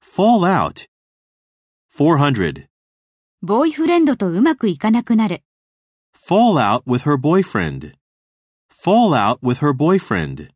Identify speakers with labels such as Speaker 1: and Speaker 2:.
Speaker 1: fall out. 400.
Speaker 2: ボーイフレンドとうまくいかなくなる。
Speaker 1: Fall out with her boyfriend. Fall out with her boyfriend.